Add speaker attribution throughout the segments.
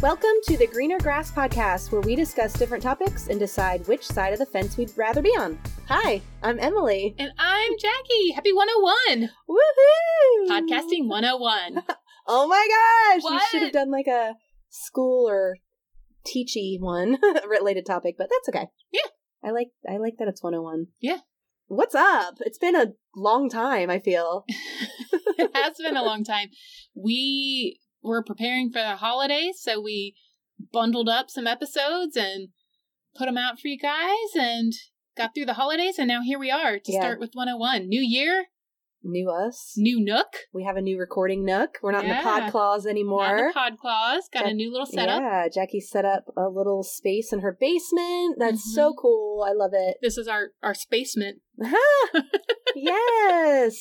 Speaker 1: Welcome to the Greener Grass Podcast, where we discuss different topics and decide which side of the fence we'd rather be on. Hi, I'm Emily.
Speaker 2: And I'm Jackie. Happy 101.
Speaker 1: Woohoo!
Speaker 2: Podcasting 101.
Speaker 1: Oh my gosh! You
Speaker 2: What?
Speaker 1: should have done like a school or teachy one related topic, but that's okay.
Speaker 2: Yeah.
Speaker 1: I like I like that it's 101.
Speaker 2: Yeah.
Speaker 1: What's up? It's been a long time, I feel.
Speaker 2: it has been a long time. We were preparing for the holidays, so we bundled up some episodes and put them out for you guys and got through the holidays. And now here we are to
Speaker 1: Yeah.
Speaker 2: start with 101. New year,
Speaker 1: New us.
Speaker 2: new nook,
Speaker 1: We have a new recording nook. We're not in the
Speaker 2: Yeah.
Speaker 1: pod claws
Speaker 2: not
Speaker 1: anymore.
Speaker 2: the pod claws, got a new little setup.
Speaker 1: Yeah, Jackie set up a little space in her basement. That's so
Speaker 2: Mm-hmm.
Speaker 1: cool. I love it.
Speaker 2: This is our, our spacement.
Speaker 1: yes.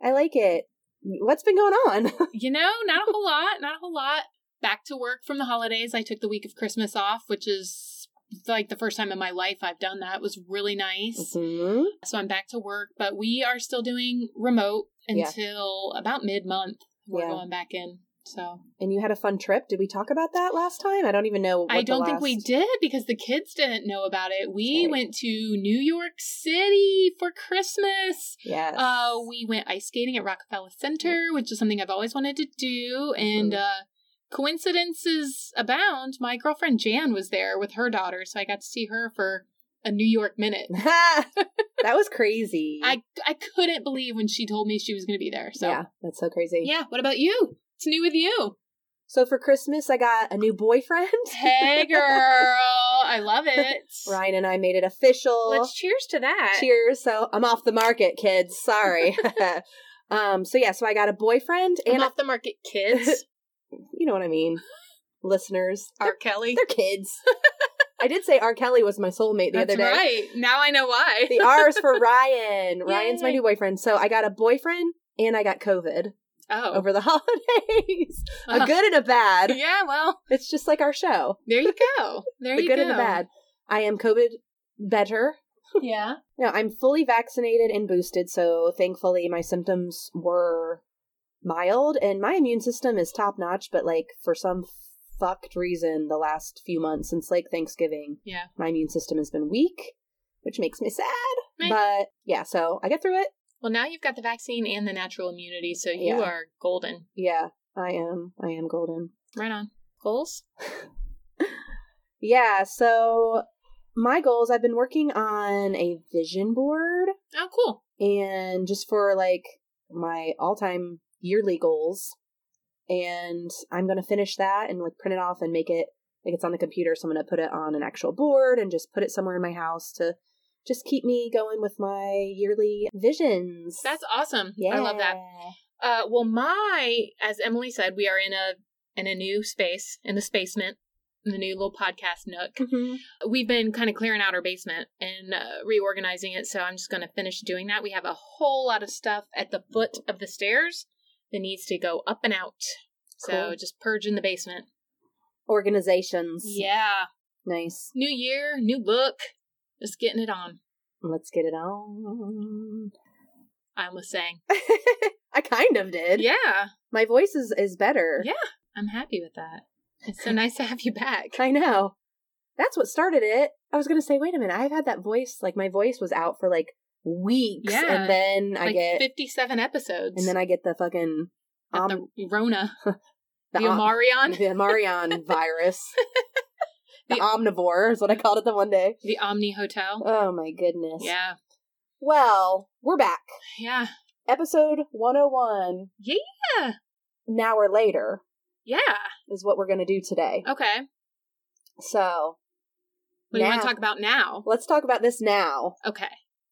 Speaker 1: I like it. What's been going on?
Speaker 2: you know, not a whole lot, not a whole lot. Back to work from the holidays. I took the week of Christmas off, which is like the first time in my life I've done that. It was really nice.
Speaker 1: Mhm.
Speaker 2: So I'm back to work, but we are still doing remote
Speaker 1: Yeah.
Speaker 2: until about mid month. We're
Speaker 1: Yeah.
Speaker 2: going back in. So
Speaker 1: And you had a fun trip. Did we talk about that last time? I don't even know. What
Speaker 2: I
Speaker 1: the
Speaker 2: don't think we
Speaker 1: last-
Speaker 2: did because the kids didn't know about it. We
Speaker 1: Right.
Speaker 2: went to New York City for Christmas.
Speaker 1: Yes.
Speaker 2: Uh, we went ice skating at Rockefeller Center, which is something I've always wanted to do. And
Speaker 1: Mhm.
Speaker 2: uh, coincidences abound. My girlfriend Jan was there with her daughter, so I got to see her for a New York minute.
Speaker 1: that was crazy.
Speaker 2: I I couldn't believe when she told me she was going to be there. So
Speaker 1: Yeah, that's so crazy.
Speaker 2: Yeah, What about you? It's new with you.
Speaker 1: So for Christmas, I got a new boyfriend.
Speaker 2: Hey, girl, I love it.
Speaker 1: Ryan and I made it official.
Speaker 2: Let's cheers to that.
Speaker 1: Cheers. So I'm off the market, kids. Sorry. um. So yeah. So I got a boyfriend,
Speaker 2: I'm
Speaker 1: and
Speaker 2: off the market, kids.
Speaker 1: you know what I mean, listeners.
Speaker 2: R. Kelly.
Speaker 1: They're kids. I did say R. Kelly was my soulmate the
Speaker 2: That's
Speaker 1: other day.
Speaker 2: right. Now I know why.
Speaker 1: The R is for Ryan. Ryan's my
Speaker 2: Yay.
Speaker 1: new boyfriend. So I got a boyfriend and I got COVID
Speaker 2: oh, Uh-huh.
Speaker 1: over the holidays. a good and a bad.
Speaker 2: Yeah. Well,
Speaker 1: It's just like our show.
Speaker 2: There you go. There
Speaker 1: the
Speaker 2: you
Speaker 1: good
Speaker 2: go.
Speaker 1: and the bad. I am COVID better.
Speaker 2: Yeah.
Speaker 1: No, I'm fully vaccinated and boosted, so thankfully my symptoms were mild and my immune system is top notch, but like for some fucked reason the last few months since like Thanksgiving,
Speaker 2: Yeah.
Speaker 1: my immune system has been weak, which makes me sad.
Speaker 2: Right.
Speaker 1: But yeah, so I get through it.
Speaker 2: Well, now you've got the vaccine and the natural immunity, so you
Speaker 1: Yeah.
Speaker 2: are golden.
Speaker 1: Yeah, I am. I am golden.
Speaker 2: Right on. Goals?
Speaker 1: Yeah, so my goals I've been working on a vision board
Speaker 2: Oh, cool.
Speaker 1: and just for like my all-time yearly goals and i'm going to finish that and like print it off and make it like it's on the computer so i'm going to put it on an actual board and just put it somewhere in my house to just keep me going with my yearly visions
Speaker 2: That's awesome. I love that. Uh, well, my, as Emily said, we are in a in a new space in the basement, in the new little podcast nook.
Speaker 1: hmm
Speaker 2: We've been kind of clearing out our basement and uh, reorganizing it, so I'm just going to finish doing that. We have a whole lot of stuff at the foot of the stairs that needs to go up and out. So
Speaker 1: Cool.
Speaker 2: just purge in the basement.
Speaker 1: organizations
Speaker 2: Yeah.
Speaker 1: nice
Speaker 2: new year, new look, just getting it on.
Speaker 1: let's get it on
Speaker 2: I almost sang.
Speaker 1: i kind of did
Speaker 2: Yeah,
Speaker 1: my voice is is better
Speaker 2: Yeah. I'm happy with that. It's so nice to have you back.
Speaker 1: I know. That's what started it. I was gonna say, wait a minute, I've had that voice like my voice was out for like weeks,
Speaker 2: Yeah.
Speaker 1: and then I
Speaker 2: like
Speaker 1: get
Speaker 2: 57 episodes.
Speaker 1: and then I get the fucking
Speaker 2: Got
Speaker 1: um,
Speaker 2: the Rona, the,
Speaker 1: om-
Speaker 2: Omarion,
Speaker 1: the Omarion virus. The,
Speaker 2: The-
Speaker 1: omnivore is what I called it the one day.
Speaker 2: the Omni Hotel.
Speaker 1: Oh my goodness.
Speaker 2: Yeah,
Speaker 1: Well, we're back.
Speaker 2: yeah,
Speaker 1: Episode one hundred and one.
Speaker 2: Yeah.
Speaker 1: An hour later
Speaker 2: yeah.
Speaker 1: is what we're gonna do today.
Speaker 2: Okay.
Speaker 1: So
Speaker 2: What do you want
Speaker 1: Now.
Speaker 2: to talk about now?
Speaker 1: let's talk about this now.
Speaker 2: Okay.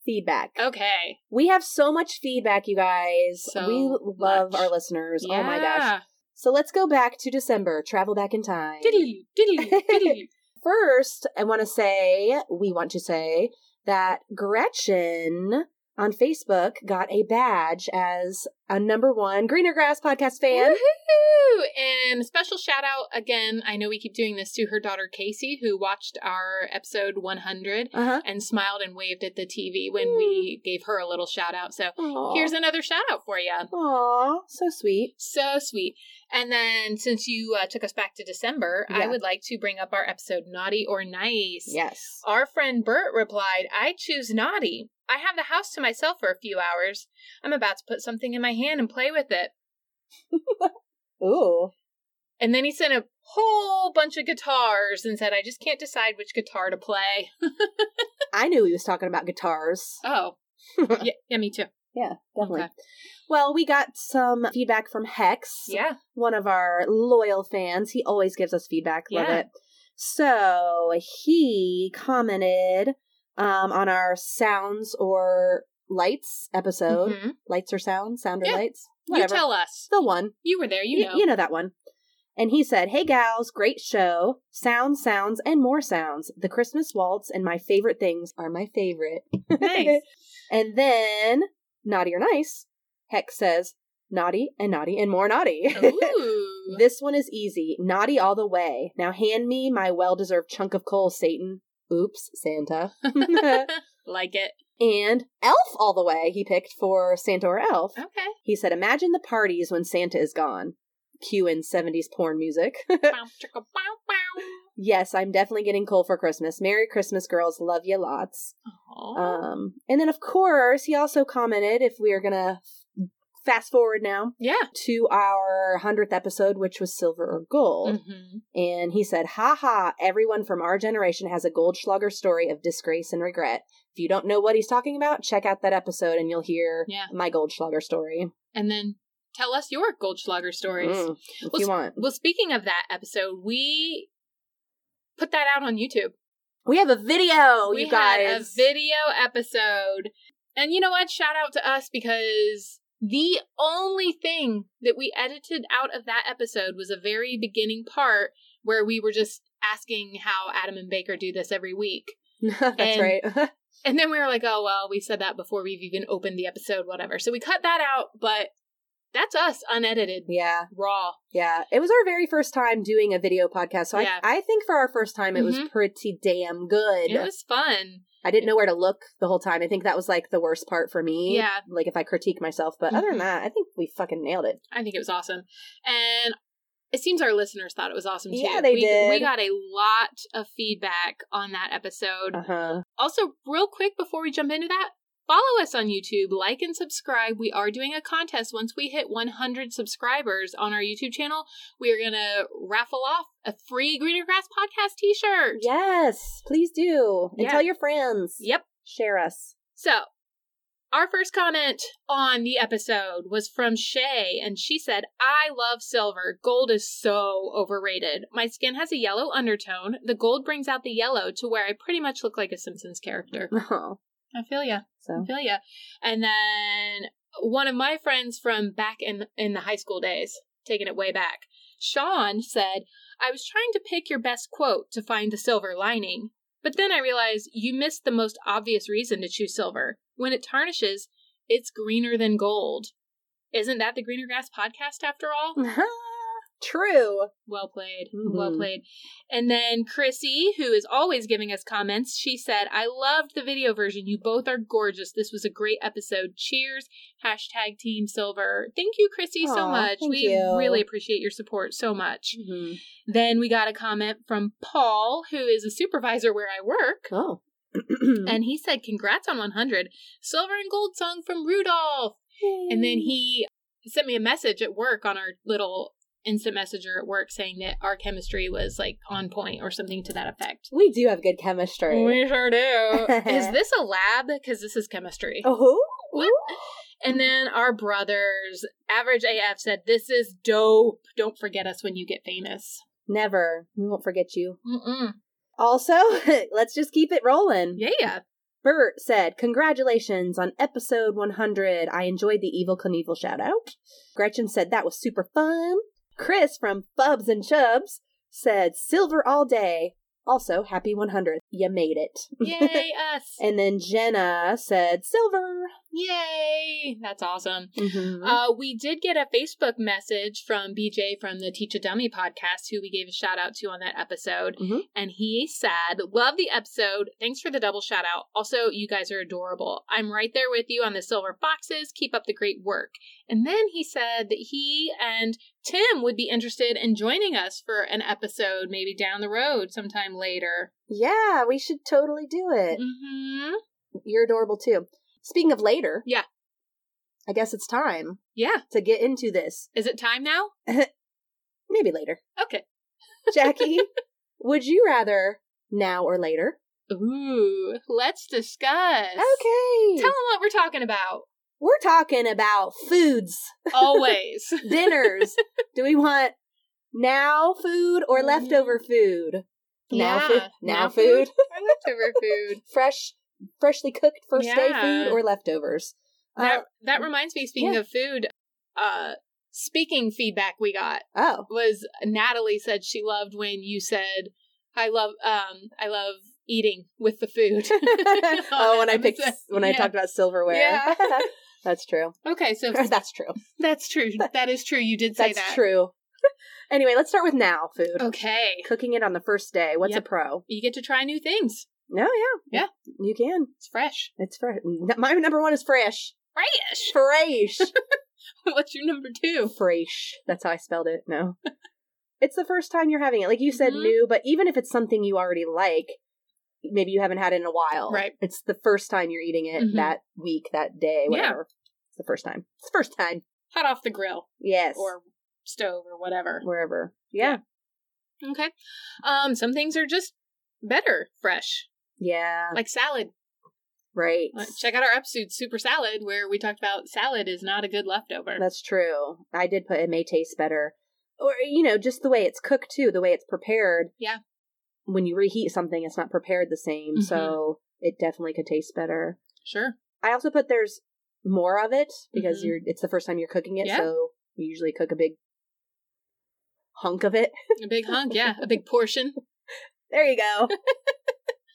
Speaker 1: Feedback.
Speaker 2: Okay.
Speaker 1: We have so much feedback, you guys.
Speaker 2: So
Speaker 1: we love
Speaker 2: much.
Speaker 1: our listeners. Oh my gosh.
Speaker 2: Yeah.
Speaker 1: So let's go back to December, travel back in time.
Speaker 2: Diddly-loo, diddly-loo, diddly-loo.
Speaker 1: First, I want to say, we want to say that Gretchen on Facebook got a badge as a number one Greener Grass podcast fan.
Speaker 2: Woohoo! and a special shout out again. I know we keep doing this to her daughter Casey, who watched our episode 100
Speaker 1: Uh huh.
Speaker 2: and smiled and waved at the TV when
Speaker 1: Hmm.
Speaker 2: we gave her a little shout out. So here's another shout out for you.
Speaker 1: Aw, so sweet.
Speaker 2: So sweet. And then since you uh, took us back to December, I
Speaker 1: Yeah.
Speaker 2: would like to bring up our episode Naughty or Nice.
Speaker 1: Yes.
Speaker 2: Our friend Bert replied, I choose naughty. I have the house to myself for a few hours. I'm about to put something in my hand and play with it.
Speaker 1: Ooh.
Speaker 2: And then he sent a whole bunch of guitars and said, I just can't decide which guitar to play.
Speaker 1: I knew he was talking about guitars.
Speaker 2: Oh, yeah, yeah me too.
Speaker 1: yeah, definitely.
Speaker 2: Okay.
Speaker 1: Well, we got some feedback from Hex,
Speaker 2: Yeah.
Speaker 1: one of our loyal fans. He always gives us feedback. Love
Speaker 2: Yeah.
Speaker 1: it. So he commented um, on our sounds or lights episode.
Speaker 2: Mhm.
Speaker 1: Lights or sounds, sound or
Speaker 2: Yeah.
Speaker 1: lights.
Speaker 2: You
Speaker 1: Whatever.
Speaker 2: tell us.
Speaker 1: the one.
Speaker 2: You were there, you
Speaker 1: Y-
Speaker 2: know.
Speaker 1: you know that one. And he said, Hey gals, great show. Sounds, sounds, and more sounds. The Christmas waltz and my favorite things are my favorite.
Speaker 2: Nice.
Speaker 1: and then, naughty or nice, Hex says, Naughty and naughty and more naughty.
Speaker 2: Oh, Ooh.
Speaker 1: this one is easy. Naughty all the way. Now hand me my well deserved chunk of coal, Satan. Oops, Santa.
Speaker 2: like it.
Speaker 1: and elf all the way, he picked for Santa or elf.
Speaker 2: Okay.
Speaker 1: He said, Imagine the parties when Santa is gone. Cue in 70s porn music.
Speaker 2: Bow, chicka, bow, bow.
Speaker 1: yes, I'm definitely getting coal for Christmas. Merry Christmas, girls. Love you lots.
Speaker 2: Aw.
Speaker 1: Um, and then, of course, he also commented if we are going to fast forward now
Speaker 2: yeah.
Speaker 1: to our 100th episode, which was Silver or Gold.
Speaker 2: hmm
Speaker 1: And he said, Ha ha, everyone from our generation has a Goldschlager story of disgrace and regret. If you don't know what he's talking about, check out that episode and you'll hear
Speaker 2: Yeah.
Speaker 1: my Goldschlager story.
Speaker 2: And then tell us your Goldschlager stories.
Speaker 1: Mm, if
Speaker 2: Well,
Speaker 1: you
Speaker 2: s-
Speaker 1: want.
Speaker 2: Well, speaking of that episode, we put that out on YouTube.
Speaker 1: We have a video,
Speaker 2: we
Speaker 1: Oh, you guys.
Speaker 2: had a video episode. And you know what? Shout out to us because the only thing that we edited out of that episode was a very beginning part where we were just asking how Adam and Baker do this every week.
Speaker 1: That's
Speaker 2: and-
Speaker 1: right.
Speaker 2: And then we were like, oh, well, we said that before we've even opened the episode, whatever. So we cut that out, but that's us unedited,
Speaker 1: yeah,
Speaker 2: raw.
Speaker 1: yeah. It was our very first time doing a video podcast, so
Speaker 2: Yeah.
Speaker 1: I, I think for our first time, it was
Speaker 2: Mhm.
Speaker 1: pretty damn good.
Speaker 2: It was fun.
Speaker 1: I didn't know where to look the whole time. I think that was like the worst part for me.
Speaker 2: Yeah.
Speaker 1: like if I critique myself, but other
Speaker 2: Mhm.
Speaker 1: than that, I think we fucking nailed it.
Speaker 2: I think it was awesome. And it seems our listeners thought it was awesome too.
Speaker 1: Yeah, they
Speaker 2: we,
Speaker 1: did.
Speaker 2: We got a lot of feedback on that episode.
Speaker 1: Uh huh.
Speaker 2: Also, real quick before we jump into that, follow us on YouTube, like and subscribe. We are doing a contest once we hit 100 subscribers on our YouTube channel. We are going to raffle off a free Greener Grass podcast t shirt.
Speaker 1: Yes, please do, and
Speaker 2: Yeah.
Speaker 1: tell your friends.
Speaker 2: Yep.
Speaker 1: Share us.
Speaker 2: So, our first comment on the episode was from Shay, and she said, I love silver. Gold is so overrated. My skin has a yellow undertone. The gold brings out the yellow to where I pretty much look like a Simpsons character.
Speaker 1: Oh,
Speaker 2: I feel ya. I
Speaker 1: so
Speaker 2: feel ya. And then one of my friends from back in in the high school days, taking it way back, Sean said, "I was trying to pick your best quote to find the silver lining, but then I realized you missed the most obvious reason to choose silver. When it tarnishes, it's greener than gold." Isn't that the Greener Grass podcast after all?
Speaker 1: true.
Speaker 2: Well played.
Speaker 1: Mhm.
Speaker 2: Well played. And then Chrissy, who is always giving us comments, she said, I loved the video version. You both are gorgeous. This was a great episode. Cheers. Hashtag Team Silver. Thank you, Chrissy, so
Speaker 1: Aw,
Speaker 2: much.
Speaker 1: thank
Speaker 2: We
Speaker 1: you.
Speaker 2: really appreciate your support so much.
Speaker 1: Mhm.
Speaker 2: Then we got a comment from Paul, who is a supervisor where I work.
Speaker 1: Oh,
Speaker 2: And he said, Congrats on 100. Silver and gold song from Rudolph. And
Speaker 1: Mm.
Speaker 2: then he sent me a message at work on our little instant messenger at work saying that our chemistry was like on point or something to that effect.
Speaker 1: we do have good chemistry.
Speaker 2: sure do. is this a lab? Because this is chemistry.
Speaker 1: Oh,
Speaker 2: What? And then our brothers, Average AF, said, This is dope. Don't forget us when you get famous.
Speaker 1: never. We won't forget you.
Speaker 2: Mm-mm.
Speaker 1: Also, let's just keep it rolling.
Speaker 2: Yeah.
Speaker 1: Bert said, Congratulations on episode 100. I enjoyed the Evil Knievel shout out. Gretchen said, That was super fun. Chris from Fubs and Chubs said, Silver all day. Also, happy 100th. You made it.
Speaker 2: Yay, us.
Speaker 1: And then Jenna said, Silver.
Speaker 2: Yay! That's awesome.
Speaker 1: Mm-hmm.
Speaker 2: Uh, we did get a Facebook message from BJ from the Teach a Dummy podcast, who we gave a shout out to on that episode.
Speaker 1: Mhm.
Speaker 2: And he said, Love the episode. Thanks for the double shout out. Also, you guys are adorable. I'm right there with you on the silver foxes. Keep up the great work. And then he said that he and Tim would be interested in joining us for an episode maybe down the road sometime later.
Speaker 1: yeah, we should totally do it.
Speaker 2: hmm
Speaker 1: You're adorable too. Speaking of later,
Speaker 2: Yeah.
Speaker 1: I guess it's time
Speaker 2: Yeah.
Speaker 1: to get into this.
Speaker 2: Is it time now?
Speaker 1: Maybe later.
Speaker 2: Okay.
Speaker 1: Jackie, would you rather now or later?
Speaker 2: Ooh, let's discuss.
Speaker 1: Okay.
Speaker 2: Tell them what we're talking about.
Speaker 1: We're talking about foods,
Speaker 2: Always.
Speaker 1: dinners. do we want now food or leftover food? Now
Speaker 2: Mm-hmm. Yeah.
Speaker 1: food. Now, food.
Speaker 2: or leftover food.
Speaker 1: Fresh, freshly cooked first day
Speaker 2: Yeah.
Speaker 1: food or leftovers?
Speaker 2: That
Speaker 1: Uh,
Speaker 2: that reminds me. Speaking
Speaker 1: yeah.
Speaker 2: of food, uh, speaking feedback we got
Speaker 1: oh,
Speaker 2: was Natalie said she loved when you said, "I love um I love eating with the food."
Speaker 1: oh, when I picked
Speaker 2: Episode.
Speaker 1: when I
Speaker 2: Yeah.
Speaker 1: talked about silverware.
Speaker 2: Yeah.
Speaker 1: That's true.
Speaker 2: Okay, so
Speaker 1: That's true.
Speaker 2: that's true. That is true. You did say
Speaker 1: That's
Speaker 2: that.
Speaker 1: true. anyway, let's start with now food.
Speaker 2: Okay,
Speaker 1: Cooking it on the first day. What's
Speaker 2: Yep.
Speaker 1: a pro?
Speaker 2: you get to try new things.
Speaker 1: No, yeah.
Speaker 2: Yeah.
Speaker 1: You can.
Speaker 2: It's fresh.
Speaker 1: It's fresh. N- My number one is fresh.
Speaker 2: Fresh.
Speaker 1: Fresh.
Speaker 2: What's your number two?
Speaker 1: fresh. That's how I spelled it. No. Mm-hmm. It's the first time you're having it. Like you said,
Speaker 2: Mhm.
Speaker 1: new, but even if it's something you already like, maybe you haven't had it in a while.
Speaker 2: Right.
Speaker 1: It's the first time you're eating it
Speaker 2: Mhm.
Speaker 1: that week, that day,
Speaker 2: Yeah.
Speaker 1: whatever. It's the first time. It's the first time.
Speaker 2: Hot off the grill
Speaker 1: Yes.
Speaker 2: or stove or whatever.
Speaker 1: wherever. Yeah.
Speaker 2: Okay. Um, some things are just better fresh,
Speaker 1: Yeah.
Speaker 2: like salad.
Speaker 1: right.
Speaker 2: Uh, Check out our episode, Super Salad, where we talked about salad is not a good leftover.
Speaker 1: That's true. I did put it may taste better. Or, you know, just the way it's cooked too, the way it's prepared.
Speaker 2: Yeah.
Speaker 1: When you reheat something, it's not prepared the same. So it definitely could taste better.
Speaker 2: Sure.
Speaker 1: I also put there's more of it because
Speaker 2: Mhm.
Speaker 1: you're it's the first time you're cooking it.
Speaker 2: Yeah.
Speaker 1: So you usually cook a big hunk of it.
Speaker 2: A big hunk, yeah. A big portion.
Speaker 1: There you go.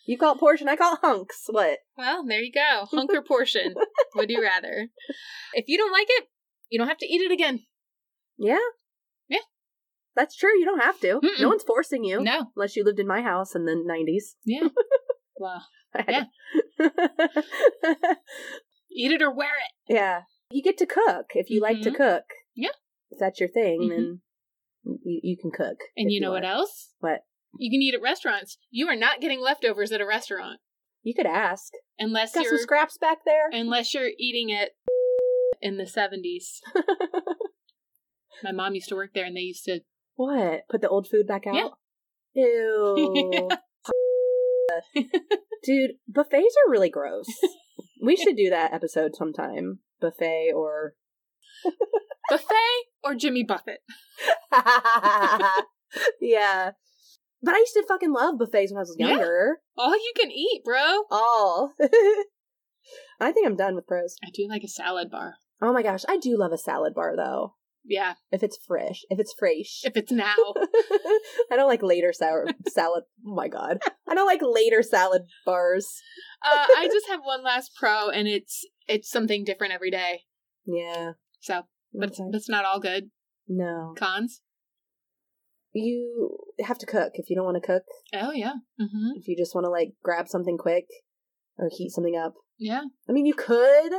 Speaker 1: you call it portion, I call it hunks. What?
Speaker 2: Well, there you go. Hunk or portion. Would you rather? If you don't like it, you don't have to eat it again.
Speaker 1: Yeah.
Speaker 2: Yeah.
Speaker 1: That's true. You don't have to.
Speaker 2: Mm-mm.
Speaker 1: No one's forcing you.
Speaker 2: No.
Speaker 1: unless you lived in my house in the 90s.
Speaker 2: Yeah. Well, Yeah. eat it or wear it.
Speaker 1: yeah. You get to cook if you like to
Speaker 2: Mhm.
Speaker 1: cook.
Speaker 2: Yeah.
Speaker 1: If that's your thing,
Speaker 2: Mhm.
Speaker 1: then you, you can cook.
Speaker 2: And
Speaker 1: if
Speaker 2: you know what
Speaker 1: want.
Speaker 2: else?
Speaker 1: What?
Speaker 2: You can eat at restaurants. You are not getting leftovers at a restaurant
Speaker 1: You could ask.
Speaker 2: unless
Speaker 1: Got
Speaker 2: you're
Speaker 1: some scraps back there.
Speaker 2: unless you're eating at in the 70s. My mom used to work there and they used to
Speaker 1: what? Put the old food back out?
Speaker 2: Yeah.
Speaker 1: Ew. Dude, buffets are really gross. we should do that episode sometime. Buffet or
Speaker 2: buffet or Jimmy Buffett.
Speaker 1: yeah. But I used to fucking love buffets when I was
Speaker 2: Yeah.
Speaker 1: younger.
Speaker 2: All you can eat, bro.
Speaker 1: All. I think I'm done with pros.
Speaker 2: I do like a salad bar.
Speaker 1: Oh my gosh, I do love a salad bar though.
Speaker 2: Yeah,
Speaker 1: If it's fresh, if it's fresh.
Speaker 2: if it's now.
Speaker 1: I don't like later sour salad. Oh my god, I don't like later salad bars.
Speaker 2: uh, I just have one last pro, and it's it's something different every day.
Speaker 1: Yeah,
Speaker 2: So, but it's,
Speaker 1: okay.
Speaker 2: but it's not all good.
Speaker 1: no,
Speaker 2: Cons.
Speaker 1: you have to cook if you don't want to cook.
Speaker 2: Oh yeah. Mm-hmm.
Speaker 1: If you just want to like grab something quick or heat something up,
Speaker 2: Yeah.
Speaker 1: I mean, you could.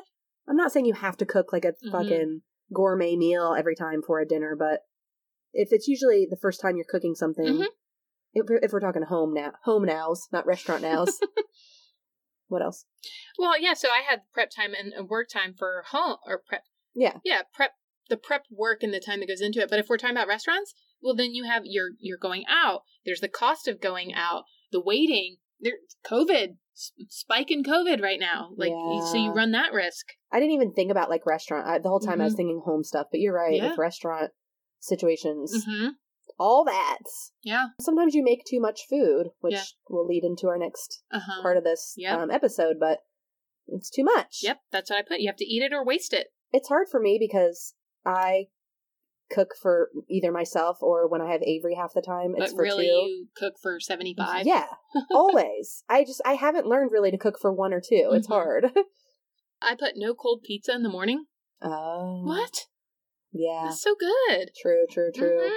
Speaker 1: I'm not saying you have to cook like a
Speaker 2: Mhm.
Speaker 1: fucking gourmet meal every time for a dinner, but if it's usually the first time you're cooking something,
Speaker 2: Mhm.
Speaker 1: if, we're, if we're talking home now, home nows, not restaurant nows. what else?
Speaker 2: Well, yeah. So I had prep time and and work time for home or prep.
Speaker 1: Yeah.
Speaker 2: Yeah. Prep the prep work and the time that goes into it. But if we're talking about restaurants, well, then you have you're you're going out. There's the cost of going out. The waiting. There. COVID. s- Spike in COVID right now. Like you so, you
Speaker 1: Yeah.
Speaker 2: run that risk.
Speaker 1: I didn't even think about like restaurant. I, the whole time I was thinking home stuff, but you're right.
Speaker 2: Mm-hmm. Yeah.
Speaker 1: With restaurant situations,
Speaker 2: Mm-hmm.
Speaker 1: all that.
Speaker 2: Yeah.
Speaker 1: Sometimes you make too much food, which
Speaker 2: Yeah.
Speaker 1: will lead into our next
Speaker 2: Uh huh.
Speaker 1: part of this
Speaker 2: yeah.
Speaker 1: um, episode, but it's too much.
Speaker 2: Yep, that's what I put. You have to eat it or waste it.
Speaker 1: it's hard for me because I cook for either myself or when I have Avery half the time. It's
Speaker 2: but
Speaker 1: for
Speaker 2: really,
Speaker 1: two.
Speaker 2: you cook for seventy five.
Speaker 1: Yeah, always. I just I haven't learned really to cook for one or two. It's
Speaker 2: Mhm.
Speaker 1: hard.
Speaker 2: I put no cold pizza in the morning.
Speaker 1: Oh.
Speaker 2: What?
Speaker 1: Yeah.
Speaker 2: That's so good.
Speaker 1: True, true, true.
Speaker 2: Mhm.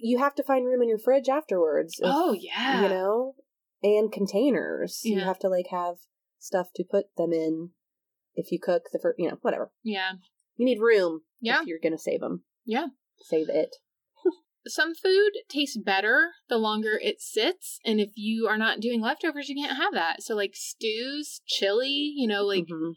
Speaker 1: You have to find room in your fridge afterwards. if-
Speaker 2: Oh yeah.
Speaker 1: You know? And containers. You
Speaker 2: Yeah.
Speaker 1: have to like have stuff to put them in if you cook the first, you know, whatever.
Speaker 2: Yeah.
Speaker 1: You need room
Speaker 2: Yeah.
Speaker 1: if you're going to save them.
Speaker 2: Yeah.
Speaker 1: Save it.
Speaker 2: Some food tastes better the longer it sits, and if you are not doing leftovers, you can't have that. So like stews, chili, you know, like
Speaker 1: Mhm.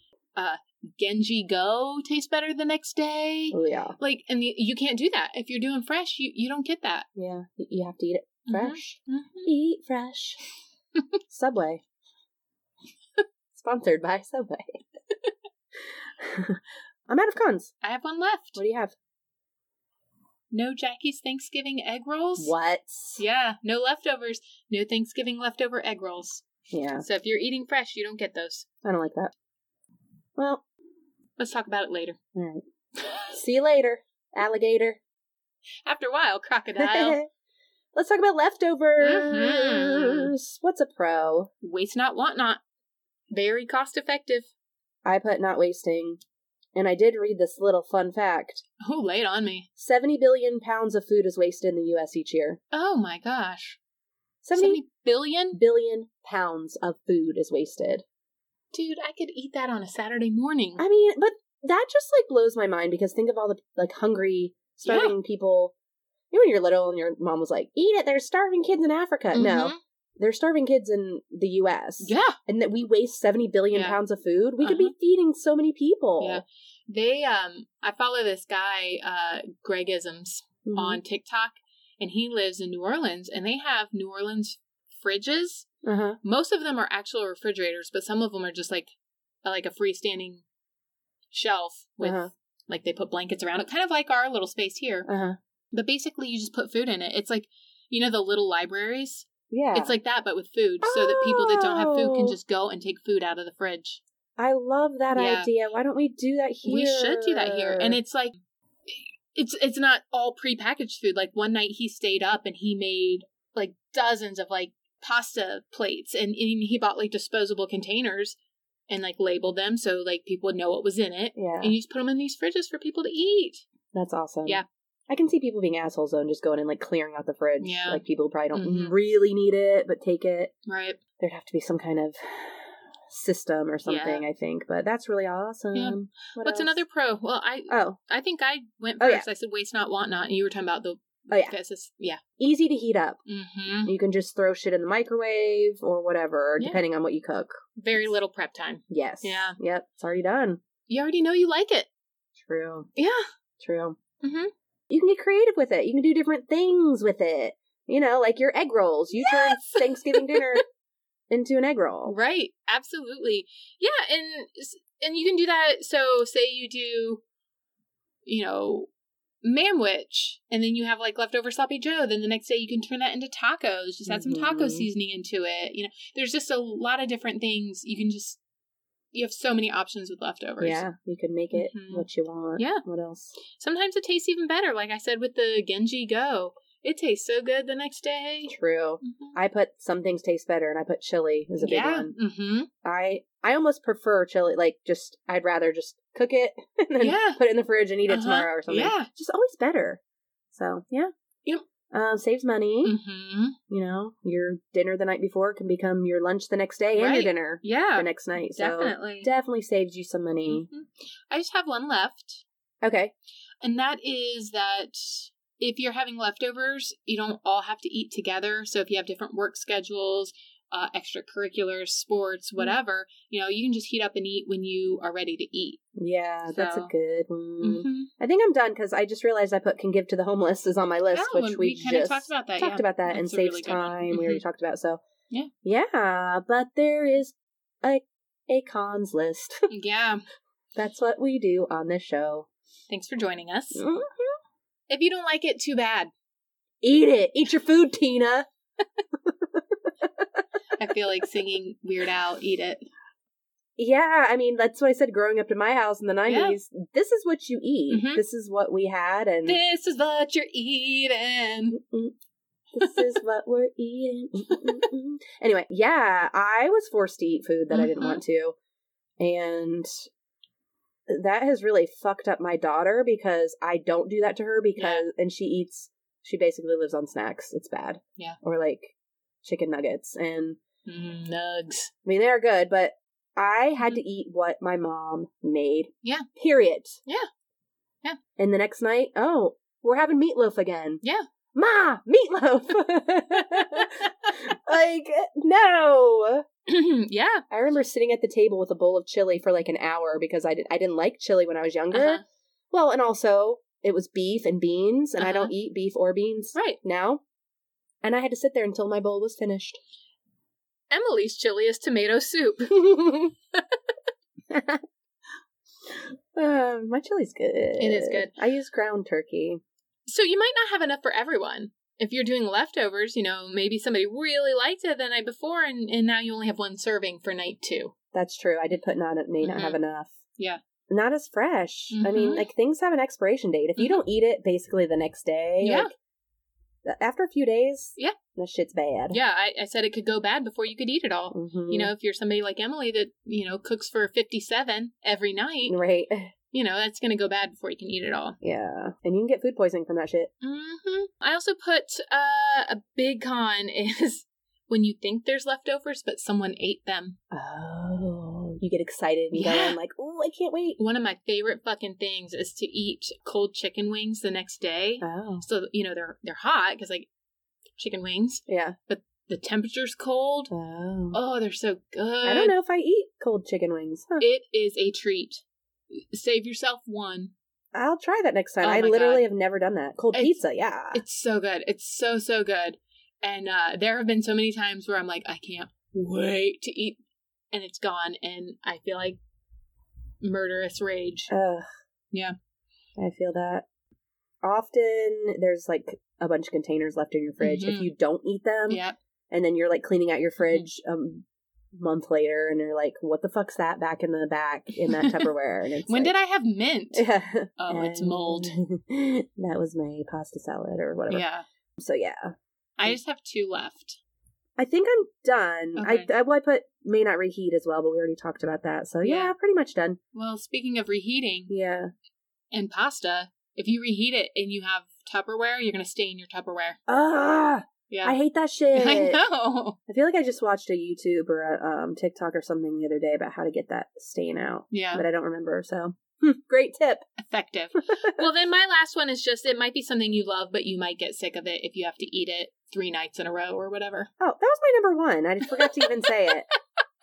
Speaker 2: Genji Go tastes better the next day.
Speaker 1: Oh, yeah.
Speaker 2: Like, and you, you can't do that if you're doing fresh. You you don't get that.
Speaker 1: Yeah. Y- You have to eat it
Speaker 2: Mhm.
Speaker 1: fresh.
Speaker 2: Mhm.
Speaker 1: Eat fresh. Subway. Sponsored by Subway. I'm out of cons.
Speaker 2: I have one left.
Speaker 1: What do you have?
Speaker 2: No Jackie's Thanksgiving egg rolls.
Speaker 1: What?
Speaker 2: Yeah, no leftovers. No Thanksgiving leftover egg rolls.
Speaker 1: Yeah.
Speaker 2: So if you're eating fresh, you don't get those.
Speaker 1: I don't like that. Well,
Speaker 2: Let's talk about it later.
Speaker 1: all right. See you later, alligator.
Speaker 2: After a while, crocodile.
Speaker 1: Let's talk about leftovers. What's a pro?
Speaker 2: Waste not, want not. Very cost effective.
Speaker 1: I put not wasting. And I did read this little fun fact.
Speaker 2: Oh, lay it on me.
Speaker 1: 70 billion pounds of food is wasted in the US each year.
Speaker 2: Oh my gosh.
Speaker 1: 70
Speaker 2: 70 billion?
Speaker 1: billion pounds of food is wasted.
Speaker 2: Dude, I could eat that on a Saturday morning.
Speaker 1: I mean, but that just like blows my mind because think of all the like hungry, starving people. You know, when you're little and your mom was like, eat it, there's starving kids in Africa. No,
Speaker 2: Mhm.
Speaker 1: there's starving kids in the US.
Speaker 2: Yeah.
Speaker 1: And that we waste 70 billion
Speaker 2: Yeah. Uh-huh.
Speaker 1: pounds of food. We could be feeding so many people.
Speaker 2: Yeah. They, um, I follow this guy, uh, Gregisms.
Speaker 1: Mhm.
Speaker 2: on TikTok, and he lives in New Orleans, and they have New Orleans fridges.
Speaker 1: Uh-huh.
Speaker 2: Most of them are actual refrigerators, but some of them are just like like a freestanding shelf with
Speaker 1: Uh-huh.
Speaker 2: like they put blankets around it, kind of like our little space here.
Speaker 1: Uh-huh.
Speaker 2: But basically, you just put food in it. It's like you know the little libraries.
Speaker 1: Yeah.
Speaker 2: It's like that, but with food, so that people that don't have food can
Speaker 1: Oh.
Speaker 2: just go and take food out of the fridge.
Speaker 1: I love that
Speaker 2: Yeah.
Speaker 1: idea. Why don't we do that here?
Speaker 2: We should do that here. And it's like it's it's not all prepackaged food. Like one night he stayed up and he made like dozens of like pasta plates and, and he bought like disposable containers and like labeled them so like people would know what was in it.
Speaker 1: Yeah.
Speaker 2: And you just put them in these fridges for people to eat.
Speaker 1: That's awesome.
Speaker 2: Yeah.
Speaker 1: I can see people being assholes though and just going and like clearing out the fridge.
Speaker 2: Yeah.
Speaker 1: Like people who probably don't
Speaker 2: Mhm.
Speaker 1: really need it, but take it.
Speaker 2: Right.
Speaker 1: There'd have to be some kind of system or something, I think. But that's really awesome.
Speaker 2: Yeah.
Speaker 1: What else?
Speaker 2: What's another pro? Well, I
Speaker 1: Oh,
Speaker 2: I think I went
Speaker 1: Oh, yeah.
Speaker 2: first. I said waste not, want not. And you were talking about the
Speaker 1: oh yeah.
Speaker 2: this is- yeah.
Speaker 1: Easy to heat up.
Speaker 2: Mm-hmm.
Speaker 1: You can just throw shit in the microwave or whatever,
Speaker 2: Yeah.
Speaker 1: depending on what you cook.
Speaker 2: Very little prep time.
Speaker 1: Yes.
Speaker 2: Yeah.
Speaker 1: Yep. It's already done.
Speaker 2: You already know you like it.
Speaker 1: True.
Speaker 2: Yeah.
Speaker 1: True.
Speaker 2: Mhm.
Speaker 1: You can get creative with it. You can do different things with it. You know, like your egg rolls. You turn
Speaker 2: Yes!
Speaker 1: Thanksgiving dinner into an egg roll.
Speaker 2: Right. Absolutely. Yeah, and and you can do that. So say you do, you know, manwich, and then you have like leftover sloppy joe. Then the next day you can turn that into tacos. Just add some taco
Speaker 1: Mhm.
Speaker 2: seasoning into it. You know, there's just a lot of different things you can just. You have so many options with leftovers.
Speaker 1: Yeah, you can make it
Speaker 2: Mhm.
Speaker 1: what you want.
Speaker 2: Yeah.
Speaker 1: What else?
Speaker 2: Sometimes it tastes even better. Like I said with the Genji Go, it tastes so good the next day.
Speaker 1: True. I put some things taste better, and I put chili is a big one.
Speaker 2: Mm-hmm.
Speaker 1: I I almost prefer chili. Like, just I'd rather just cook it and then
Speaker 2: Yeah.
Speaker 1: put it in the fridge and eat it
Speaker 2: Uh-huh.
Speaker 1: tomorrow or something.
Speaker 2: Yeah.
Speaker 1: It's just always better. So yeah.
Speaker 2: Yep.
Speaker 1: Um, saves money.
Speaker 2: Mm-hmm.
Speaker 1: You know, your dinner the night before can become your lunch the next day and
Speaker 2: Right.
Speaker 1: your dinner
Speaker 2: Yeah.
Speaker 1: the next night. So
Speaker 2: Definitely.
Speaker 1: definitely saves you some money.
Speaker 2: Mhm. I just have one left,
Speaker 1: Okay.
Speaker 2: and that is that if you're having leftovers, you don't all have to eat together. So if you have different work schedules, uh, extracurriculars,
Speaker 1: Mm-hmm.
Speaker 2: sports, whatever, you know, you can just heat up and eat when you are ready to eat.
Speaker 1: Yeah, that's a
Speaker 2: So-
Speaker 1: good one.
Speaker 2: Mhm.
Speaker 1: I think I'm done because I just realized I put can give to the homeless is on my list,
Speaker 2: Oh,
Speaker 1: which
Speaker 2: and
Speaker 1: we,
Speaker 2: kinda
Speaker 1: just
Speaker 2: talked about that.
Speaker 1: talked
Speaker 2: yeah.
Speaker 1: about that and
Speaker 2: That's a
Speaker 1: saves
Speaker 2: really good one. Mm-hmm.
Speaker 1: time. We already talked about so
Speaker 2: Yeah.
Speaker 1: yeah. But there is a a cons list.
Speaker 2: Mm-hmm. yeah.
Speaker 1: That's what we do on this show.
Speaker 2: Thanks for joining us.
Speaker 1: Mm.
Speaker 2: If you don't like it, too bad.
Speaker 1: Eat it. Eat your food, Tina.
Speaker 2: I feel like singing Weird Al, Eat It.
Speaker 1: Yeah, I mean that's what I said growing up to my house in the
Speaker 2: Yeah.
Speaker 1: '90s. This is what you eat.
Speaker 2: Mhm.
Speaker 1: This is what we had, and
Speaker 2: This is what you're eating.
Speaker 1: Mm-mm. this is what we're eating. Mm-mm-mm. anyway, yeah, I was forced to eat food that I didn't
Speaker 2: Mhm.
Speaker 1: want to. and that has really fucked up my daughter because I don't do that to her because and she eats she basically lives on snacks. It's bad.
Speaker 2: Yeah.
Speaker 1: Or like chicken nuggets and Mm-hmm.
Speaker 2: Mm, nugs.
Speaker 1: I mean they are good, but I had to eat what my mom made.
Speaker 2: Mm-hmm. Yeah.
Speaker 1: Period.
Speaker 2: Yeah. Yeah.
Speaker 1: And the next night, oh, we're having meatloaf again.
Speaker 2: Yeah.
Speaker 1: Ma, meatloaf. like no.
Speaker 2: yeah.
Speaker 1: I remember sitting at the table with a bowl of chili for like an hour because I did I didn't like chili when I was younger.
Speaker 2: Uh-huh.
Speaker 1: Well, and also it was beef and beans, and I
Speaker 2: Uh-huh.
Speaker 1: don't eat beef or beans
Speaker 2: Right.
Speaker 1: now. And I had to sit there until my bowl was finished.
Speaker 2: Emily's chili is tomato soup.
Speaker 1: Uh, my chili's good. It
Speaker 2: is good.
Speaker 1: I use ground turkey.
Speaker 2: So you might not have enough for everyone. If you're doing leftovers, you know, maybe somebody really liked it the night before and, and now you only have one serving for night two.
Speaker 1: That's true. I did put not may not
Speaker 2: Mhm.
Speaker 1: have enough.
Speaker 2: Yeah.
Speaker 1: Not as fresh. I mean,
Speaker 2: Mhm.
Speaker 1: like things have an expiration date. If you
Speaker 2: Mhm.
Speaker 1: don't eat it basically the next day,
Speaker 2: Yeah.
Speaker 1: like, th- after a few days,
Speaker 2: Yeah.
Speaker 1: that shit's bad.
Speaker 2: Yeah, I, I said it could go bad before you could eat it all.
Speaker 1: Mhm.
Speaker 2: You know, if you're somebody like Emily that, you know, cooks for 57 every night,
Speaker 1: right?
Speaker 2: you know, that's going to go bad before you can eat it all.
Speaker 1: Yeah, and you can get food poisoning from that shit.
Speaker 2: hmm I also put uh, a big con is when you think there's leftovers, but someone ate them.
Speaker 1: Oh, you get excited and go
Speaker 2: Yeah.
Speaker 1: in like, oh, I can't wait.
Speaker 2: One of my favorite fucking things is to eat cold chicken wings the next day.
Speaker 1: Oh,
Speaker 2: So you know they're they're hot because like chicken wings,
Speaker 1: yeah.
Speaker 2: the temperature's cold.
Speaker 1: Oh,
Speaker 2: Oh, they're so good.
Speaker 1: I don't know if I eat cold chicken wings. Huh.
Speaker 2: It is a treat. Save yourself one.
Speaker 1: I'll try that next time.
Speaker 2: Oh
Speaker 1: I
Speaker 2: my
Speaker 1: literally have never done that. Cold
Speaker 2: It's-
Speaker 1: pizza, yeah.
Speaker 2: It's so good. It's so so good. And uh there have been so many times where I'm like, I can't wait to eat, and it's gone, and I feel like murderous rage.
Speaker 1: Ugh.
Speaker 2: Yeah.
Speaker 1: I feel that. Often there's like a bunch of containers left in your fridge. If
Speaker 2: Mhm.
Speaker 1: you don't eat them,
Speaker 2: Yep.
Speaker 1: and then you're like cleaning
Speaker 2: Mm-hmm.
Speaker 1: out your fridge um month later, and you're like, "What the fuck's that back in the back in that Tupperware?" And it's
Speaker 2: When
Speaker 1: like,
Speaker 2: did I have mint?
Speaker 1: Yeah.
Speaker 2: Oh, it's mold.
Speaker 1: that was my pasta salad or whatever.
Speaker 2: Yeah.
Speaker 1: So yeah,
Speaker 2: I just have two left.
Speaker 1: I think I'm done.
Speaker 2: Okay.
Speaker 1: I, I well, I put may not reheat as well, but we already talked about that. So yeah,
Speaker 2: Yeah.
Speaker 1: pretty much done.
Speaker 2: Well, speaking of reheating,
Speaker 1: Yeah.
Speaker 2: and pasta, if you reheat it and you have Tupperware, you're gonna stain your Tupperware.
Speaker 1: Ah, I
Speaker 2: Yeah,
Speaker 1: hate that shit.
Speaker 2: I know.
Speaker 1: I feel like I just watched a YouTube or a um, TikTok or something the other day about how to get that stain out,
Speaker 2: Yeah,
Speaker 1: but I don't remember. So Hmm, great tip.
Speaker 2: effective. well, then my last one is just it might be something you love, but you might get sick of it if you have to eat it three nights in a row or whatever.
Speaker 1: Oh, that was my number one. I just forgot to even say it.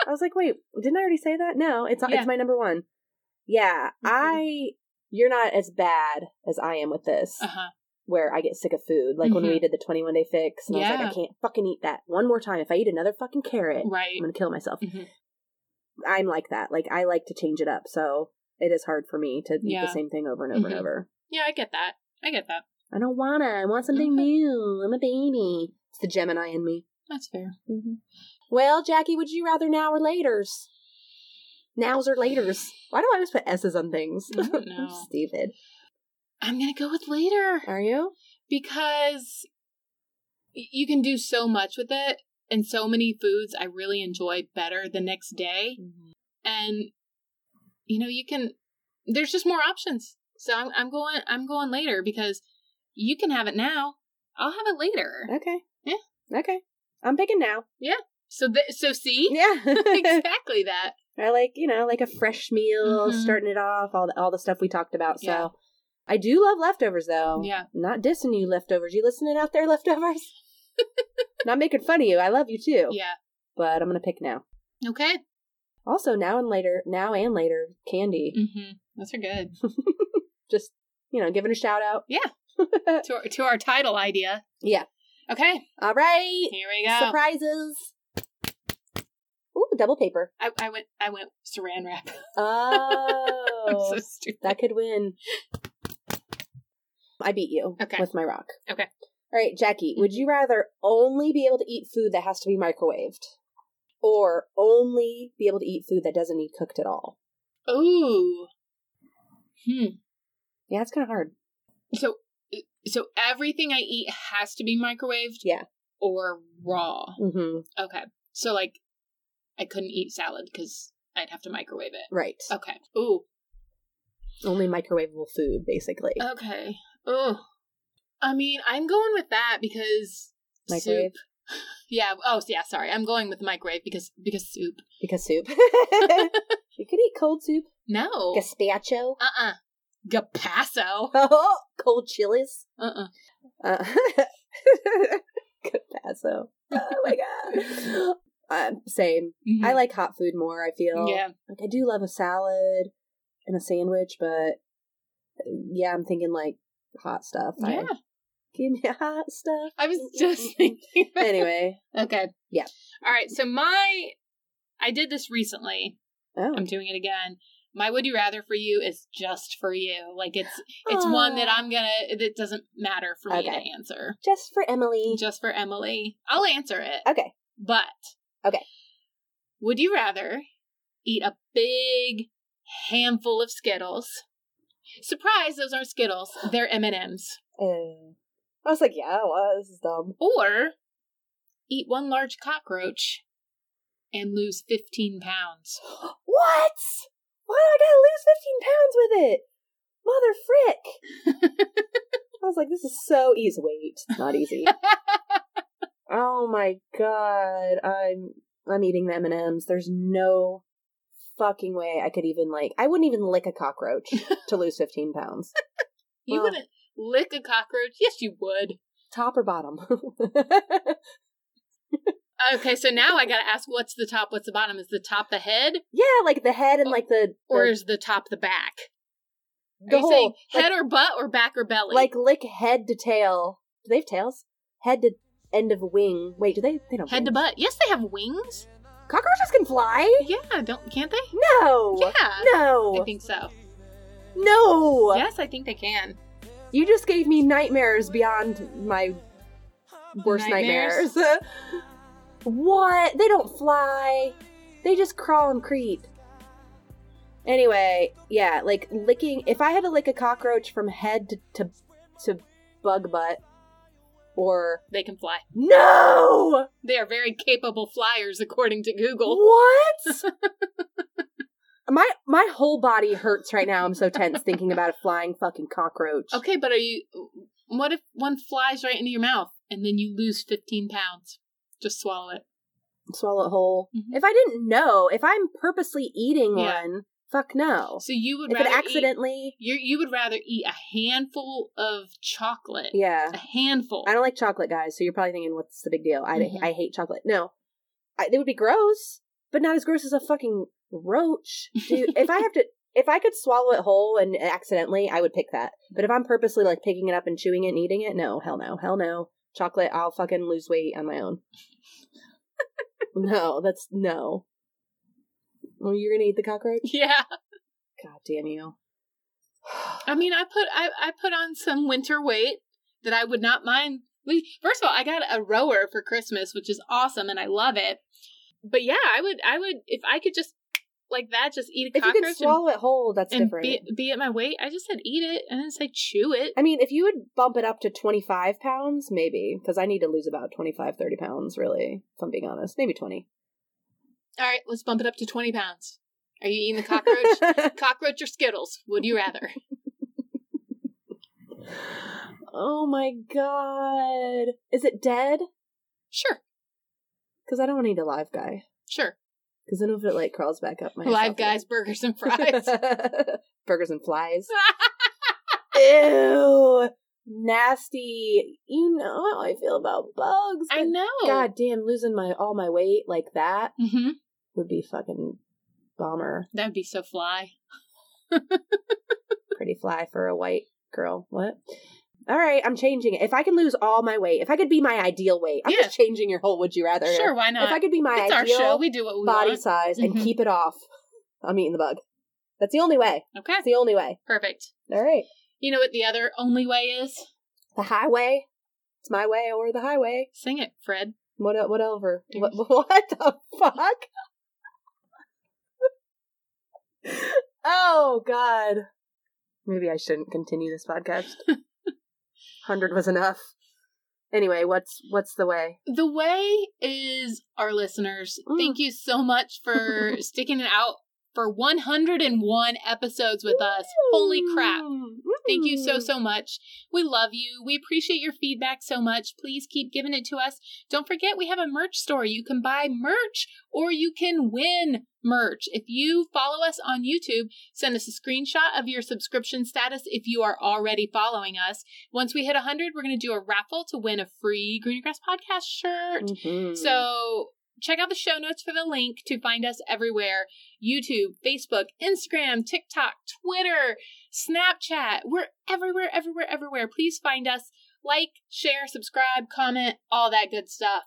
Speaker 1: I was like, wait, didn't I already say that? No, it's
Speaker 2: Yeah.
Speaker 1: it's my number one. Yeah,
Speaker 2: Mhm.
Speaker 1: I. You're not as bad as I am with this,
Speaker 2: Uh huh.
Speaker 1: where I get sick of food. Like when we did the 21 day fix, and I was like,
Speaker 2: Mm-hmm. Yeah.
Speaker 1: I can't fucking eat that one more time. If I eat another fucking carrot,
Speaker 2: Right.
Speaker 1: I'm gonna kill myself.
Speaker 2: Mhm.
Speaker 1: I'm like that. Like I like to change it up, so it is hard for me to eat
Speaker 2: Yeah.
Speaker 1: the same thing over and over
Speaker 2: Mhm.
Speaker 1: and over.
Speaker 2: Yeah, I get that. I get that.
Speaker 1: I don't wanna. I want something new. I'm a baby. It's the Gemini in me.
Speaker 2: That's fair.
Speaker 1: Well, Jackie, would you rather now or later's? Nows or later's? Why do I always put S's on things?
Speaker 2: I don't
Speaker 1: I'm
Speaker 2: know.
Speaker 1: Stupid.
Speaker 2: I'm gonna go with later
Speaker 1: Are you?
Speaker 2: because y- you can do so much with it, and so many foods I really enjoy better the next day. and you know you can there's just more options so i'm, I'm going i'm going later because you can have it now i'll have it later
Speaker 1: Okay.
Speaker 2: Yeah.
Speaker 1: Okay. I'm picking now.
Speaker 2: so th- so see
Speaker 1: Yeah.
Speaker 2: exactly that
Speaker 1: I like, you know, like a fresh meal,
Speaker 2: Mhm.
Speaker 1: starting it off, all the, all the stuff we talked about. So
Speaker 2: Yeah.
Speaker 1: I do love leftovers, though.
Speaker 2: yeah
Speaker 1: Not dissing you, leftovers. You listening out there, leftovers? Not making fun of you. I love you too.
Speaker 2: yeah
Speaker 1: But I'm going to pick now.
Speaker 2: okay
Speaker 1: Also, now and later, now and later, candy.
Speaker 2: mm-hmm. those are good
Speaker 1: Just, you know, giving a shout out.
Speaker 2: to our, to our title idea
Speaker 1: Yeah.
Speaker 2: okay
Speaker 1: All right.
Speaker 2: here we go
Speaker 1: Surprises. Ooh, double paper.
Speaker 2: I, I went i went saran wrap I'm
Speaker 1: Oh,
Speaker 2: so stupid.
Speaker 1: that could win. I beat you
Speaker 2: Okay.
Speaker 1: with my rock.
Speaker 2: Okay.
Speaker 1: All right, Jackie, would you rather only be able to eat food that has to be microwaved or only be able to eat food that doesn't need cooked at all?
Speaker 2: ooh hmm
Speaker 1: Yeah, it's kind of hard.
Speaker 2: so so everything i eat has to be microwaved
Speaker 1: Yeah.
Speaker 2: or raw
Speaker 1: Mm-hmm.
Speaker 2: Okay. So like I couldn't eat salad cuz I'd have to microwave it.
Speaker 1: Right.
Speaker 2: Okay. Ooh.
Speaker 1: Only microwavable food, basically.
Speaker 2: uh, Okay. Ooh. I mean, I'm going with that because
Speaker 1: Microwave?
Speaker 2: soup. Yeah. Oh, yeah. Sorry, I'm going with microwave because because soup.
Speaker 1: Because soup. you could eat cold soup.
Speaker 2: No.
Speaker 1: Gazpacho.
Speaker 2: Uh. uh Gapasso.
Speaker 1: Oh, cold chilies.
Speaker 2: Uh. uh
Speaker 1: Uh, Gazpacho. Oh my god. Um, same. I like hot food more, I feel.
Speaker 2: Mm-hmm. Yeah.
Speaker 1: Like, I do love a salad and a sandwich, but uh, yeah, I'm thinking like hot stuff. I-
Speaker 2: Yeah.
Speaker 1: give me hot stuff.
Speaker 2: I was just thinking. that.
Speaker 1: anyway.
Speaker 2: Okay.
Speaker 1: Yeah.
Speaker 2: All right. So my, I did this recently.
Speaker 1: Oh.
Speaker 2: I'm doing it again. My would you rather for you is just for you. Like it's it's one that
Speaker 1: Aw.
Speaker 2: I'm gonna. That doesn't matter for me
Speaker 1: Ah. Okay.
Speaker 2: to answer.
Speaker 1: Just for Emily.
Speaker 2: Just for Emily, I'll answer it.
Speaker 1: Okay.
Speaker 2: But
Speaker 1: Okay.
Speaker 2: Would you rather eat a big handful of Skittles? Surprise! Those aren't Skittles. They're M and M's.
Speaker 1: Uh, I was like, yeah, well, this is dumb.
Speaker 2: Or eat one large cockroach and lose fifteen pounds.
Speaker 1: What? Why do I gotta lose 15 pounds with it? Mother frick. I was like, this is so easy. Wait, it's not easy. oh my god. I'm I'm eating the M&Ms. There's no fucking way I could even like I wouldn't even lick a cockroach to lose 15 pounds.
Speaker 2: You
Speaker 1: Well-
Speaker 2: wouldn't lick a cockroach. Yes, you would.
Speaker 1: Top or bottom?
Speaker 2: Okay, so now I gotta ask, what's the top? What's the bottom? Is the top the head,
Speaker 1: yeah, like the head and like the, the
Speaker 2: or is the top the back? Are
Speaker 1: the
Speaker 2: you
Speaker 1: whole
Speaker 2: saying
Speaker 1: like-
Speaker 2: head or butt or back or belly?
Speaker 1: like lick head to tail. Do they have tails? Head to end of wing. Wait, do they? They don't.
Speaker 2: head to butt. Yes, they have wings.
Speaker 1: Cockroaches can fly.
Speaker 2: Yeah, don't can't they?
Speaker 1: No.
Speaker 2: Yeah, I
Speaker 1: No.
Speaker 2: think so.
Speaker 1: No.
Speaker 2: Yes, I think they can.
Speaker 1: You just gave me nightmares beyond my worst
Speaker 2: Nightmares?
Speaker 1: nightmares. what? They don't fly. They just crawl and creep. Anyway, yeah, like licking. If I had to lick a cockroach from head to to, to bug butt, or
Speaker 2: They can fly.
Speaker 1: no.
Speaker 2: They are very capable flyers, according to Google.
Speaker 1: What? my my whole body hurts right now. I'm so tense thinking about a flying fucking cockroach.
Speaker 2: Okay, but are you? What if one flies right into your mouth and then you lose fifteen pounds? Just swallow it.
Speaker 1: Swallow it whole.
Speaker 2: Mhm.
Speaker 1: If I didn't know, if I'm purposely eating
Speaker 2: Yeah.
Speaker 1: one, fuck no.
Speaker 2: So you would
Speaker 1: If it
Speaker 2: rather eat-
Speaker 1: accidentally,
Speaker 2: you you would rather eat a handful of chocolate.
Speaker 1: yeah,
Speaker 2: A handful.
Speaker 1: I don't like chocolate, guys. So you're probably thinking, what's the big deal? I
Speaker 2: Mhm.
Speaker 1: I hate chocolate. No, I, they would be gross, but not as gross as a fucking roach, dude. if I have to. If I could swallow it whole and accidentally, I would pick that. But if I'm purposely like picking it up and chewing it and eating it, no, hell no, hell no. Chocolate, I'll fucking lose weight on my own. no, that's no. Well, you're gonna eat the cockroach?
Speaker 2: Yeah.
Speaker 1: God damn you.
Speaker 2: I mean, I put I, I put on some winter weight that I would not mind. le- First of all, I got a rower for Christmas, which is awesome, and I love it. But yeah, I would I would if I could just like that, just eat a
Speaker 1: If you
Speaker 2: cockroach
Speaker 1: can swallow it whole, that's
Speaker 2: and, and
Speaker 1: different.
Speaker 2: be be at my weight. I just said eat it, and then say chew it.
Speaker 1: I mean, if you would bump it up to 25 pounds, maybe, because I need to lose about 25, 30 pounds, really, if I'm being honest. Maybe 20.
Speaker 2: All right, let's bump it up to twenty pounds. Are you eating the cockroach? cockroach or Skittles? Would you rather?
Speaker 1: oh my god. Is it dead?
Speaker 2: Sure,
Speaker 1: Because I don't want to eat a live guy.
Speaker 2: sure.
Speaker 1: Because then if it like crawls back up my
Speaker 2: Live guys, burgers, and fries.
Speaker 1: burgers and flies. Ew, nasty. You know how I feel about bugs.
Speaker 2: I
Speaker 1: but
Speaker 2: know.
Speaker 1: God damn, losing my all my weight like that
Speaker 2: hmm
Speaker 1: would be fucking bomber.
Speaker 2: That would be so fly.
Speaker 1: Pretty fly for a white girl. What? All right, I'm changing it. If I can lose all my weight, if I could be my ideal weight, I'm
Speaker 2: Yeah.
Speaker 1: just changing your whole. Would you rather?
Speaker 2: Sure, why
Speaker 1: If
Speaker 2: not?
Speaker 1: I could be my
Speaker 2: it's our
Speaker 1: ideal
Speaker 2: show. We do what we
Speaker 1: body
Speaker 2: want.
Speaker 1: size
Speaker 2: Mhm.
Speaker 1: and keep it off, I'm eating the bug. That's the only way.
Speaker 2: Okay,
Speaker 1: That's the only way.
Speaker 2: perfect.
Speaker 1: All right.
Speaker 2: You know what the other only way is?
Speaker 1: the highway. It's my way or the highway.
Speaker 2: Sing it, Fred.
Speaker 1: What whatever. What,
Speaker 2: There's-
Speaker 1: what the fuck? oh god. Maybe I shouldn't continue this podcast. 100 was enough. Anyway, what's what's the way?
Speaker 2: The way is our listeners.
Speaker 1: Mm.
Speaker 2: Thank you so much for sticking it out for 101 episodes with us. Holy crap. Thank you so, so much. We love you. We appreciate your feedback so much. Please keep giving it to us. Don't forget, we have a merch store. You can buy merch or you can win merch. If you follow us on YouTube, send us a screenshot of your subscription status if you are already following us. Once we hit 100, we're going to do a raffle to win a free Green Grass Podcast shirt.
Speaker 1: Mhm.
Speaker 2: So check out the show notes for the link to find us everywhere YouTube, Facebook, Instagram, TikTok, Twitter, Snapchat. We're everywhere, everywhere, everywhere. Please find us. Like, share, subscribe, comment, all that good stuff.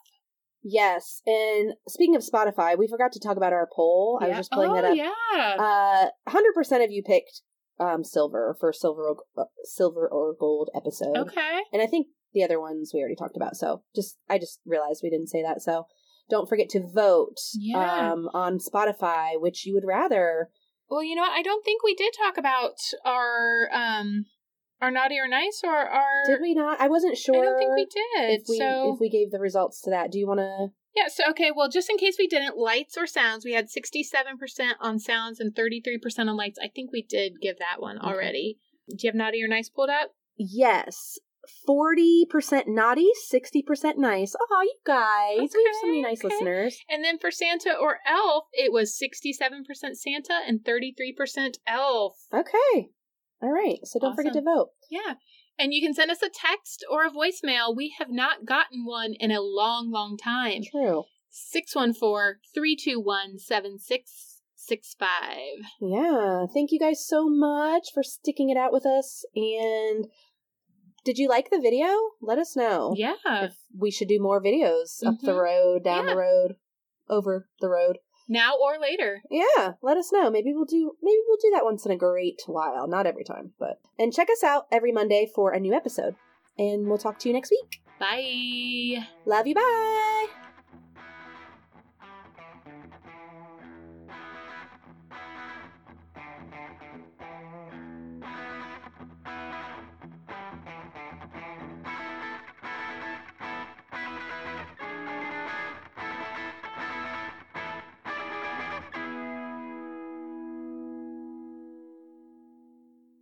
Speaker 1: Yes. And speaking of Spotify, we forgot to talk about our poll. I was just pulling
Speaker 2: oh,
Speaker 1: that up.
Speaker 2: yeah.
Speaker 1: Uh, 100% of you picked um, silver for silver or, uh, silver or gold episode.
Speaker 2: okay.
Speaker 1: And I think the other ones we already talked about. So just I just realized we didn't say that. So don't forget to vote
Speaker 2: Yeah.
Speaker 1: um, on Spotify, which you would rather.
Speaker 2: Well, you know what? I don't think we did talk about our um our naughty or nice or our
Speaker 1: Did we not? I wasn't
Speaker 2: I
Speaker 1: sure.
Speaker 2: don't think we did.
Speaker 1: If we,
Speaker 2: so
Speaker 1: if we gave the results to that, do you want to?
Speaker 2: Yeah, so okay, well, just in case we didn't, lights or sounds, we had 67% on sounds and 33% on lights. I think we did give that one
Speaker 1: Okay.
Speaker 2: already. Do you have Naughty or Nice pulled up?
Speaker 1: Yes, forty percent naughty, sixty percent nice. Oh, you guys, we have so many
Speaker 2: Okay,
Speaker 1: nice
Speaker 2: okay.
Speaker 1: listeners.
Speaker 2: And then for Santa or Elf, it was 67% Santa and 33% Elf.
Speaker 1: Okay, all right. So don't forget to
Speaker 2: Awesome.
Speaker 1: vote.
Speaker 2: Yeah. And you can send us a text or a voicemail. We have not gotten one in a long, long time.
Speaker 1: True.
Speaker 2: 614 321 7665.
Speaker 1: Yeah. Thank you guys so much for sticking it out with us. And did you like the video? Let us know.
Speaker 2: Yeah.
Speaker 1: If we should do more videos up the
Speaker 2: Mhm.
Speaker 1: road, down the road, over the road.
Speaker 2: Now or later.
Speaker 1: Yeah, let us know. Maybe we'll do maybe we'll do that once in a great while. Not every time, but and check us out every Monday for a new episode. And we'll talk to you next week.
Speaker 2: Bye.
Speaker 1: Love you. Bye.